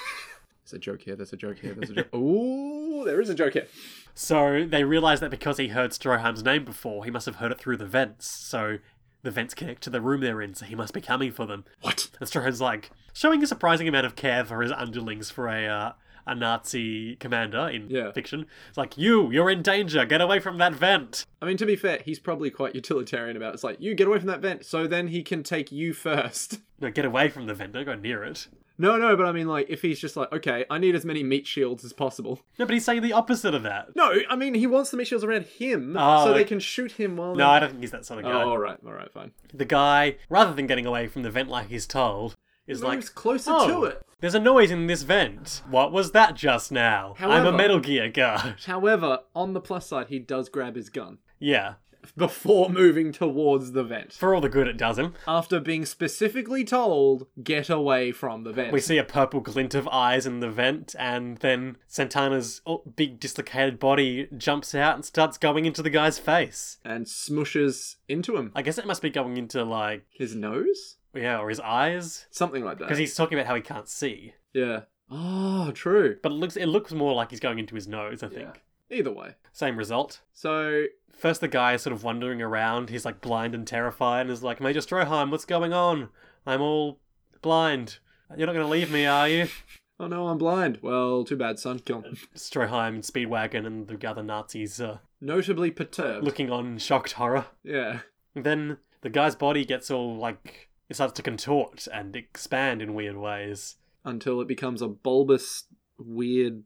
Speaker 2: There's a joke here, there's a joke here, there's a joke. Ooh, there is a joke here.
Speaker 1: So they realize that because he heard Stroheim's name before, he must have heard it through the vents. So the vents connect to the room they're in, so he must be coming for them.
Speaker 2: What?
Speaker 1: And Stroheim's like showing a surprising amount of care for his underlings for a uh, a Nazi commander in
Speaker 2: Yeah.
Speaker 1: fiction. It's like you, you're in danger. Get away from that vent.
Speaker 2: I mean, to be fair, he's probably quite utilitarian about it. It's like, you get away from that vent, so then he can take you first.
Speaker 1: No, get away from the vent. Don't go near it.
Speaker 2: No, no, but I mean, like, if he's just like, okay, I need as many meat shields as possible.
Speaker 1: No, but he's saying the opposite of that.
Speaker 2: No, I mean, he wants the meat shields around him
Speaker 1: Oh,
Speaker 2: so they
Speaker 1: okay.
Speaker 2: can shoot him while.
Speaker 1: No, I don't think he's that sort of
Speaker 2: Oh,
Speaker 1: guy.
Speaker 2: all right, all right, fine.
Speaker 1: The guy, rather than getting away from the vent like he's told, is
Speaker 2: moves
Speaker 1: like
Speaker 2: closer
Speaker 1: "Oh,
Speaker 2: to it.
Speaker 1: There's a noise in this vent. What was that just now? I'm
Speaker 2: However-
Speaker 1: a Metal Gear guard.
Speaker 2: However, on the plus side, he does grab his gun
Speaker 1: yeah.
Speaker 2: before moving towards the vent.
Speaker 1: For all the good it does him.
Speaker 2: After being specifically told, get away from the vent.
Speaker 1: We see a purple glint of eyes in the vent, and then Santana's oh, big dislocated body jumps out and starts going into the guy's face.
Speaker 2: and smushes into him.
Speaker 1: I guess it must be going into, like,
Speaker 2: His nose?
Speaker 1: yeah, or his eyes.
Speaker 2: Something like
Speaker 1: Because
Speaker 2: that.
Speaker 1: he's talking about how he can't see.
Speaker 2: yeah. Oh, true.
Speaker 1: But it looks it looks more like he's going into his nose, I think.
Speaker 2: Yeah. Either way.
Speaker 1: Same result.
Speaker 2: So,
Speaker 1: First the guy is sort of wandering around, he's like blind and terrified and is like, Major Stroheim, what's going on? I'm all blind. You're not gonna leave me, are you?
Speaker 2: oh no, I'm blind. Well, too bad, son. Kill him.
Speaker 1: Stroheim and Speedwagon and the other Nazis uh,
Speaker 2: Notably perturbed.
Speaker 1: looking on in shocked horror.
Speaker 2: Yeah.
Speaker 1: Then the guy's body gets all like it starts to contort and expand in weird ways.
Speaker 2: Until it becomes a bulbous, weird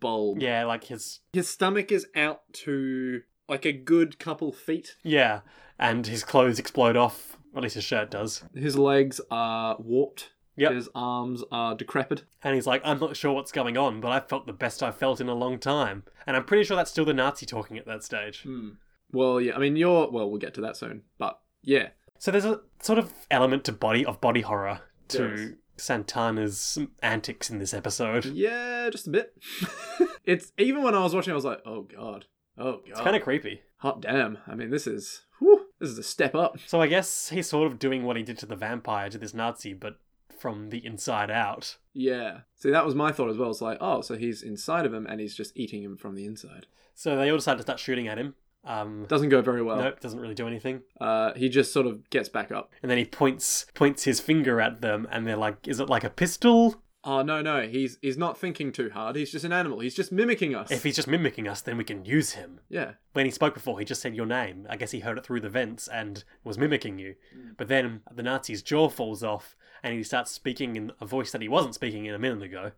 Speaker 2: bulb.
Speaker 1: Yeah, like his
Speaker 2: His stomach is out to like a good couple feet.
Speaker 1: yeah, and his clothes explode off. Or at least his shirt does.
Speaker 2: His legs are warped.
Speaker 1: Yep.
Speaker 2: His arms are decrepit.
Speaker 1: And he's like, I'm not sure what's going on, but I felt the best I've felt in a long time. And I'm pretty sure that's still the Nazi talking at that stage.
Speaker 2: Hmm. Well, yeah. I mean, you're. Well, we'll get to that soon. But yeah,
Speaker 1: So there's a sort of element to body of body horror
Speaker 2: There is.
Speaker 1: to Santana's antics in this episode.
Speaker 2: yeah, just a bit. it's even when I was watching, I was like, oh god, oh god,
Speaker 1: It's kind of creepy.
Speaker 2: hot damn. I mean, this is. Whew, this is a step up.
Speaker 1: So I guess he's sort of doing what he did to the vampire to this Nazi, but from the inside out.
Speaker 2: Yeah. See, that was my thought as well. It's like, oh, so he's inside of him and he's just eating him from the inside.
Speaker 1: So they all decide to start shooting at him. Um,
Speaker 2: Doesn't go very well.
Speaker 1: nope, doesn't really do anything.
Speaker 2: Uh, he just sort of gets back up.
Speaker 1: And then he points points his finger at them, and they're like, "Is it like a pistol?
Speaker 2: Oh no, no, he's he's not thinking too hard. He's just an animal. He's just mimicking us.
Speaker 1: If he's just mimicking us, then we can use him."
Speaker 2: yeah.
Speaker 1: when he spoke before, he just said your name. I guess he heard it through the vents and was mimicking you. But then the Nazi's jaw falls off and he starts speaking in a voice that he wasn't speaking in a minute ago.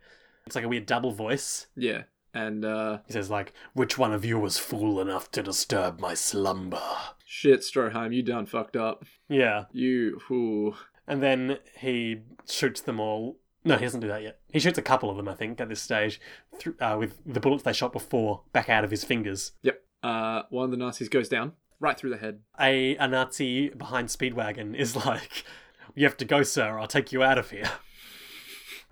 Speaker 1: It's like a weird double voice.
Speaker 2: Yeah. And uh
Speaker 1: He says, like, which one of you was fool enough to disturb my slumber?
Speaker 2: shit, Stroheim, you done fucked up.
Speaker 1: Yeah.
Speaker 2: You who
Speaker 1: And then he shoots them all. No, he doesn't do that yet. He shoots a couple of them, I think, at this stage, through, uh, with the bullets they shot before back out of his fingers.
Speaker 2: Yep. Uh one of the Nazis goes down, right through the head.
Speaker 1: a, a Nazi behind Speedwagon is like, "You have to go, sir. I'll take you out of here."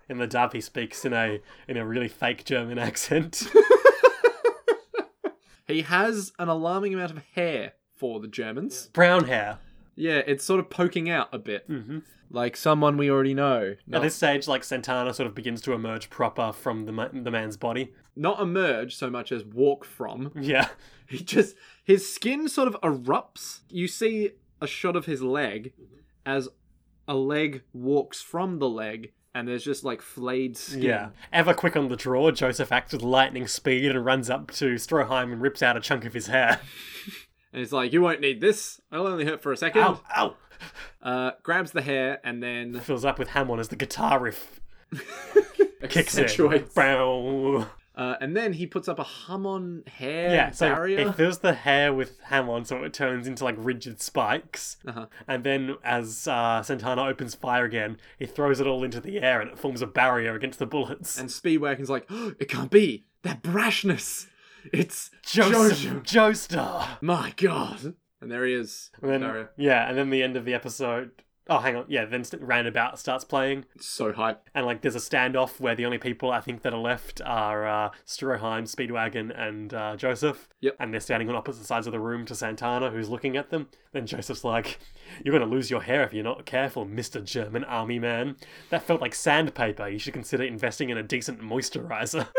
Speaker 1: And the Darby speaks in a in a really fake German accent.
Speaker 2: He has an alarming amount of hair for the Germans.
Speaker 1: Brown hair.
Speaker 2: Yeah, it's sort of poking out a bit.
Speaker 1: hmm
Speaker 2: Like someone we already know.
Speaker 1: At
Speaker 2: Not,
Speaker 1: this stage, like Santana sort of begins to emerge proper from the ma- the man's body.
Speaker 2: not emerge so much as walk from.
Speaker 1: Yeah,
Speaker 2: He just his skin sort of erupts. You see a shot of his leg
Speaker 1: Mm-hmm.
Speaker 2: as a leg walks from the leg and there's just like flayed skin.
Speaker 1: yeah. Ever quick on the draw, Joseph acts with lightning speed and runs up to Stroheim and rips out a chunk of his hair.
Speaker 2: And it's like, you won't need this. It'll only hurt for a second.
Speaker 1: Ow! Ow!
Speaker 2: Uh grabs the hair and then
Speaker 1: Fills up with Hammond as the guitar riff kicks in.
Speaker 2: accentuates.
Speaker 1: Brow.
Speaker 2: Uh, and then he puts up a hum on hair
Speaker 1: Yeah, so
Speaker 2: barrier.
Speaker 1: it fills the hair with Hamon, so it turns into like rigid spikes.
Speaker 2: Uh-huh.
Speaker 1: And then, as uh, Santana opens fire again, he throws it all into the air, and it forms a barrier against the bullets.
Speaker 2: And Speedwagon's like, "Oh, it can't be. That brashness. It's Jojo.
Speaker 1: Joseph, Joestar.
Speaker 2: My God. And there he is.
Speaker 1: And then,
Speaker 2: Barrier.
Speaker 1: yeah, and then the end of the episode. Oh, hang on. Yeah, then st- Roundabout starts playing,
Speaker 2: It's so hype.
Speaker 1: and like there's a standoff where the only people I think that are left are uh, Stroheim, Speedwagon, and uh, Joseph.
Speaker 2: Yep.
Speaker 1: And they're standing on opposite sides of the room to Santana, who's looking at them. Then Joseph's like, "You're gonna lose your hair if you're not careful, Mister German Army Man. That felt like sandpaper. You should consider investing in a decent moisturizer."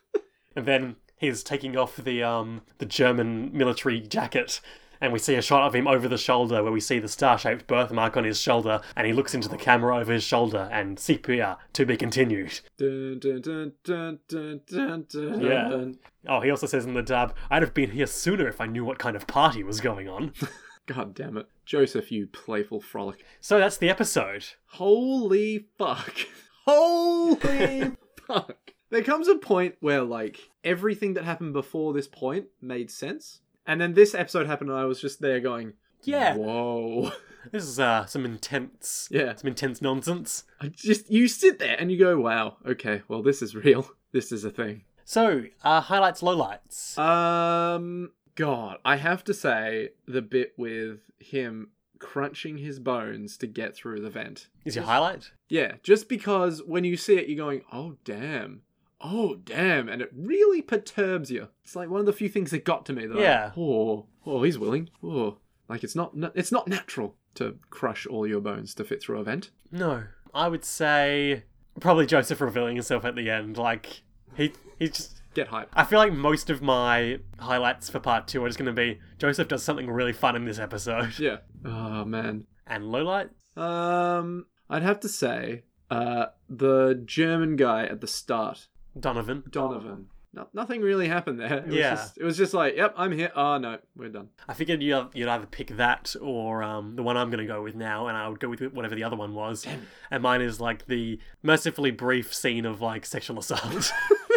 Speaker 1: and then he's taking off the um the German military jacket. And we see a shot of him over the shoulder where we see the star shaped birthmark on his shoulder, and he looks into the camera over his shoulder and CPR to be continued.
Speaker 2: Dun, dun, dun, dun, dun, dun, dun,
Speaker 1: Yeah.
Speaker 2: dun.
Speaker 1: Oh, he also says in the dub, I'd have been here sooner if I knew what kind of party was going on.
Speaker 2: God damn it. Joseph, you playful frolic.
Speaker 1: so that's the episode.
Speaker 2: Holy fuck. Holy fuck. There comes a point where, like, everything that happened before this point made sense. And then this episode happened, and I was just there going,
Speaker 1: Yeah,
Speaker 2: Whoa.
Speaker 1: this is uh, some intense,
Speaker 2: Yeah.
Speaker 1: some intense nonsense.
Speaker 2: I just you sit there and you go, wow, okay, well this is real. This is a thing.
Speaker 1: So, uh, highlights, lowlights.
Speaker 2: Um God, I have to say the bit with him crunching his bones to get through the vent.
Speaker 1: is your highlight?
Speaker 2: Yeah, just because when you see it, you're going, oh, damn. Oh, damn. And it really perturbs you. It's like one of the few things that got to me, though.
Speaker 1: Yeah.
Speaker 2: Oh, oh, he's willing. Oh. Like, it's not, it's not natural to crush all your bones to fit through a vent.
Speaker 1: No, I would say probably Joseph revealing himself at the end. Like he, he's just.
Speaker 2: Get hype.
Speaker 1: I feel like most of my highlights for part two are just going to be Joseph does something really fun in this episode,
Speaker 2: Yeah. Oh, man.
Speaker 1: and lowlight.
Speaker 2: Um, I'd have to say, uh, the German guy at the start,
Speaker 1: Donovan.
Speaker 2: Donovan. No, nothing really happened there. It was
Speaker 1: Yeah.
Speaker 2: Just, it was just like, yep, I'm here. Oh, no, we're done.
Speaker 1: I figured you'd, you'd either pick that or um, the one I'm going to go with now, and I would go with whatever the other one was. And mine is like the mercifully brief scene of like sexual assault.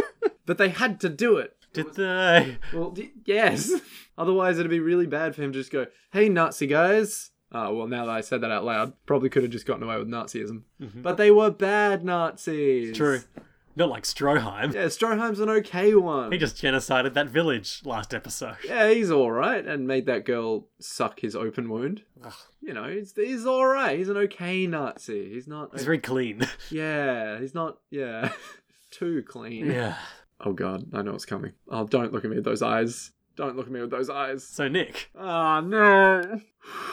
Speaker 2: But they had to do it.
Speaker 1: Did they?
Speaker 2: Well, d- yes. Otherwise, it'd be really bad for him to just go, hey, Nazi guys. Oh, well, now that I said that out loud, probably could have just gotten away with Nazism. But they were bad Nazis.
Speaker 1: Mm-hmm. True. Not like Stroheim.
Speaker 2: Yeah, Stroheim's an okay one.
Speaker 1: He just genocided that village last episode.
Speaker 2: Yeah, he's alright and made that girl suck his open wound.
Speaker 1: Ugh.
Speaker 2: You know, he's, he's alright. He's an okay Nazi. He's not.
Speaker 1: He's very clean.
Speaker 2: yeah, he's not. Yeah. Too clean.
Speaker 1: yeah.
Speaker 2: Oh, God. I know what's coming. Oh, don't look at me with those eyes. Don't look at me with those eyes.
Speaker 1: So Nick,
Speaker 2: Oh no.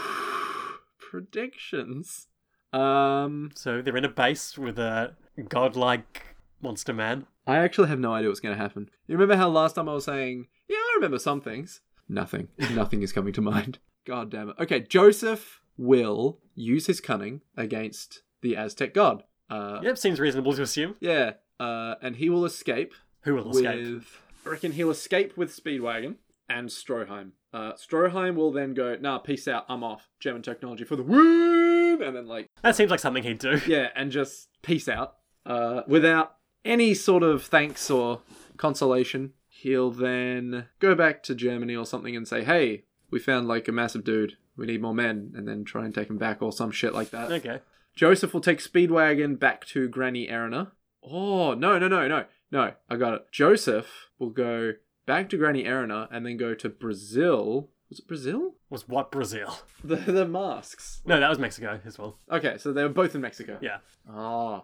Speaker 2: Predictions. Um
Speaker 1: so they're in a base with a godlike monster man.
Speaker 2: I actually have no idea what's gonna happen. You remember how last time I was saying, Yeah, I remember some things. Nothing. Nothing is coming to mind. God damn it. Okay, Joseph will use his cunning against the Aztec god. Uh
Speaker 1: Yep, seems reasonable to assume.
Speaker 2: yeah. Uh and he will escape
Speaker 1: Who will escape?
Speaker 2: with I reckon he'll escape with Speedwagon and Stroheim. Uh, Stroheim will then go, nah, peace out, I'm off. German technology for the win, and then like
Speaker 1: That seems like something he'd do.
Speaker 2: yeah, and just peace out uh, without any sort of thanks or consolation. He'll then go back to Germany or something and say, "Hey, we found like a massive dude. We need more men," and then try and take him back or some shit like that.
Speaker 1: Okay.
Speaker 2: Joseph will take Speedwagon back to Granny Erina. Oh no no no no no! I got it. Joseph will go back to Granny Erina and then go to Brazil. Was it Brazil?
Speaker 1: Was what Brazil?
Speaker 2: The the masks.
Speaker 1: No, that was Mexico as well.
Speaker 2: Okay, so they were both in Mexico.
Speaker 1: Yeah.
Speaker 2: Ah,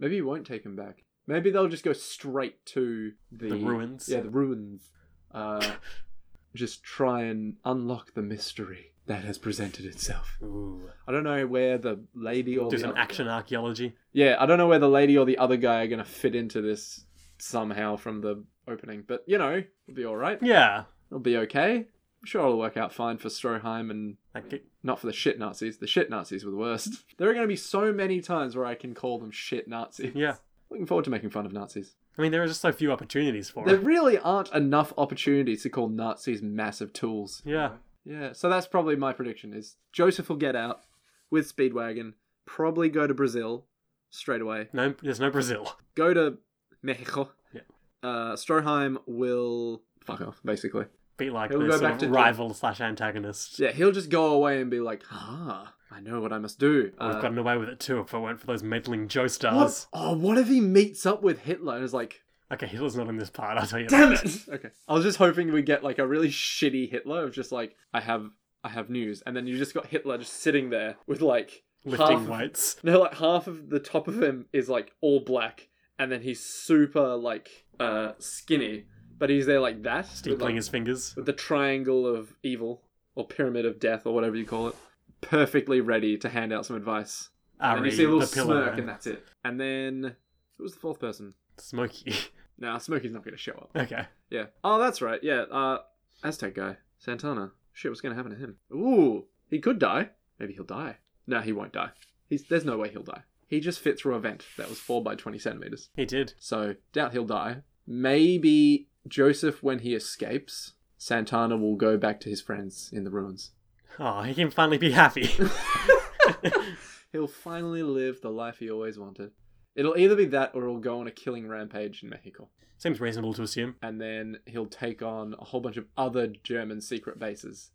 Speaker 2: maybe you won't take him back. Maybe they'll just go straight to the,
Speaker 1: The ruins.
Speaker 2: Yeah, the ruins. Uh, just try and unlock the mystery that has presented itself.
Speaker 1: Ooh.
Speaker 2: I don't know where the lady or
Speaker 1: Do
Speaker 2: the
Speaker 1: some
Speaker 2: other-
Speaker 1: action archaeology.
Speaker 2: Yeah, I don't know where the lady or the other guy are gonna fit into this somehow from the opening, but you know, it'll be all right.
Speaker 1: Yeah.
Speaker 2: It'll be okay. I'm sure it'll work out fine for Stroheim and
Speaker 1: Like, it-
Speaker 2: not for the shit Nazis. The shit Nazis were the worst. There are going to be so many times where I can call them shit Nazis.
Speaker 1: yeah.
Speaker 2: Looking forward to making fun of Nazis.
Speaker 1: I mean, there are just so few opportunities for
Speaker 2: There
Speaker 1: it.
Speaker 2: really aren't enough opportunities to call Nazis massive tools.
Speaker 1: Yeah.
Speaker 2: Yeah, so that's probably my prediction is Joseph will get out with Speedwagon, probably go to Brazil straight away,
Speaker 1: No, there's no Brazil.
Speaker 2: go to Mexico.
Speaker 1: Yeah.
Speaker 2: Uh, Stroheim will fuck off, basically.
Speaker 1: Be like
Speaker 2: He'll
Speaker 1: the
Speaker 2: go
Speaker 1: sort
Speaker 2: back
Speaker 1: of
Speaker 2: to Germany.
Speaker 1: rival slash antagonist.
Speaker 2: Yeah, he'll just go away and be like, ah, I know what I must do.
Speaker 1: We've
Speaker 2: Uh,
Speaker 1: gotten away with it too if it weren't for those meddling Joe
Speaker 2: What?
Speaker 1: stars.
Speaker 2: Oh, what if he meets up with Hitler and is like,
Speaker 1: Okay, Hitler's not in this part, I'll tell you
Speaker 2: "Damn
Speaker 1: that.
Speaker 2: it!" Okay, I was just hoping we get like a really shitty Hitler of just like, "I have, I have news," and then you just got Hitler just sitting there with like
Speaker 1: Lifting
Speaker 2: half,
Speaker 1: weights.
Speaker 2: No, like half of the top of him is like all black, and then he's super like uh skinny, but he's there like that, with,
Speaker 1: Steepling
Speaker 2: like,
Speaker 1: his fingers.
Speaker 2: with the triangle of evil or pyramid of death or whatever you call it, perfectly ready to hand out some advice. And then
Speaker 1: Ari,
Speaker 2: you see a little
Speaker 1: the pillar.
Speaker 2: smirk, and that's it. And then who was the fourth person?
Speaker 1: Smokey.
Speaker 2: Nah, Smokey's not going to show up.
Speaker 1: okay.
Speaker 2: Yeah. Oh, that's right. Yeah. Uh, Aztec guy, Santana. Shit, what's going to happen to him? Ooh, he could die. Maybe he'll die. No, he won't die. He's there's no way he'll die. He just fit through a vent that was four by twenty centimeters.
Speaker 1: He did.
Speaker 2: So doubt he'll die. Maybe Joseph, when he escapes, Santana will go back to his friends in the ruins.
Speaker 1: Oh, he can finally be happy.
Speaker 2: He'll finally live the life he always wanted. It'll either be that, or he'll go on a killing rampage in Mexico.
Speaker 1: Seems reasonable to assume.
Speaker 2: and then he'll take on a whole bunch of other German secret bases.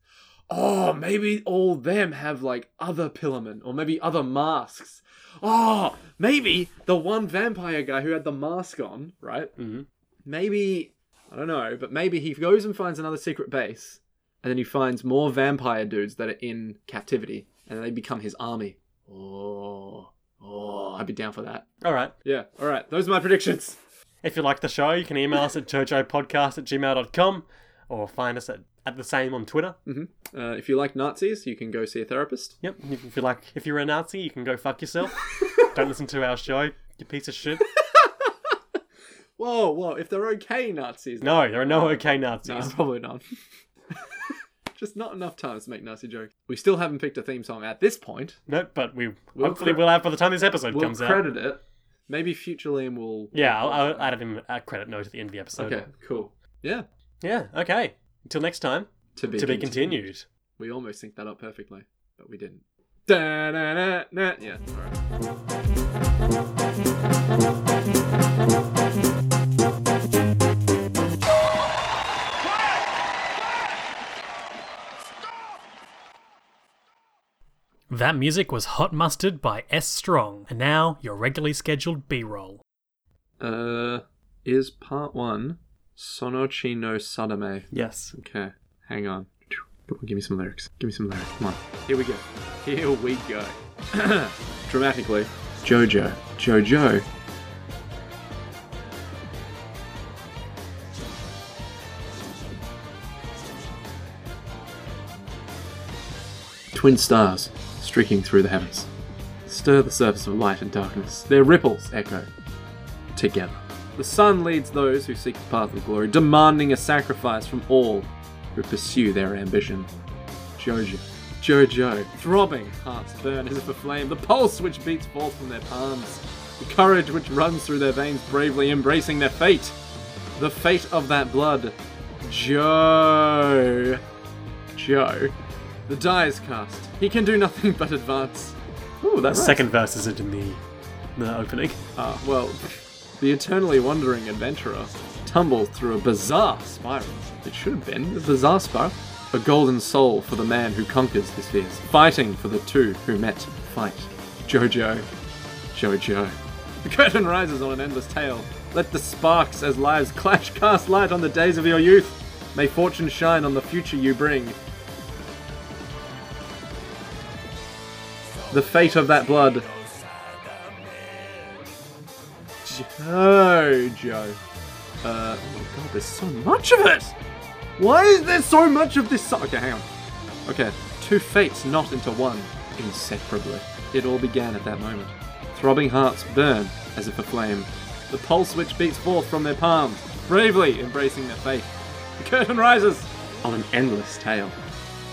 Speaker 2: oh, maybe all them have like other Pillarmen or maybe other masks. Oh, maybe the one vampire guy who had the mask on, right?
Speaker 1: Mhm.
Speaker 2: Maybe, I don't know, but maybe he goes and finds another secret base and then he finds more vampire dudes that are in captivity and they become his army. Oh, oh, I'd be down for that.
Speaker 1: All right.
Speaker 2: Yeah, all right, those are my predictions.
Speaker 1: If you like the show, you can email us at jojopodcast at gmail.com or find us at, at the same on Twitter.
Speaker 2: Uh, if you like Nazis, you can go see a therapist.
Speaker 1: Yep. If you like, if you're a Nazi, you can go fuck yourself. Don't listen to our show, you piece of shit.
Speaker 2: Whoa, whoa, if they're okay Nazis.
Speaker 1: No, there are no okay
Speaker 2: No,
Speaker 1: Nazis.
Speaker 2: probably not. Just not enough times to make Nazi jokes. We still haven't picked a theme song at this point.
Speaker 1: Nope, but we
Speaker 2: We'll
Speaker 1: hopefully
Speaker 2: cre-
Speaker 1: we'll have by the time this episode
Speaker 2: We'll
Speaker 1: comes out.
Speaker 2: credit it. Maybe future Liam will.
Speaker 1: Yeah, I'll, I'll add it in a credit note at the end of the episode.
Speaker 2: Okay, cool. Yeah,
Speaker 1: Yeah, okay. Until next time,
Speaker 2: to be,
Speaker 1: to be continued.
Speaker 2: We almost synced that up perfectly, but we didn't. Da-na-na-na. Yeah, alright.
Speaker 1: That music was Hot Mustard by S Strong, and now your regularly scheduled B roll.
Speaker 2: Uh, is part one Sonochi no Sadame?
Speaker 1: Yes.
Speaker 2: Okay, hang on. Come on, give me some lyrics. Give me some lyrics. Come on. Here we go. Here we go. Dramatically. Jojo. Jojo. Twin stars streaking through the heavens. Stir the surface of light and darkness. Their ripples echo together. The sun leads those who seek the path of glory, demanding a sacrifice from all who pursue their ambition. Jojo. Jojo. Throbbing hearts burn as if aflame, the pulse which beats forth from their palms, the courage which runs through their veins, bravely embracing their fate. The fate of that blood. Joe. Joe. The die is cast. He can do nothing but advance. Ooh, that's
Speaker 1: Second verse isn't in the, the opening.
Speaker 2: uh, well, the eternally wandering adventurer tumbles through a bizarre spiral. It should have been a bizarre spiral. A golden soul for the man who conquers his fears, fighting for the two who met fight. Jojo. Jojo. The curtain rises on an endless tale. Let the sparks as lives clash cast light on the days of your youth. May fortune shine on the future you bring. The fate of that blood Jojo. Uh, oh my god, there's so much of it! Why is there so much of this song? Okay, hang on. Okay, two fates not into one, inseparably. It all began at that moment. Throbbing hearts burn as if aflame. The pulse which beats forth from their palms, bravely embracing their fate. The curtain rises on an endless tale.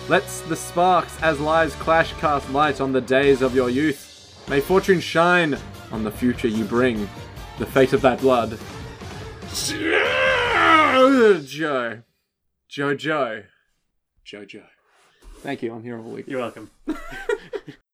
Speaker 2: Let's the sparks as lives clash cast light on the days of your youth. May fortune shine on the future you bring. The fate of that blood. Jojo. Jojo. Jojo. Thank you, I'm here all week.
Speaker 1: You're welcome.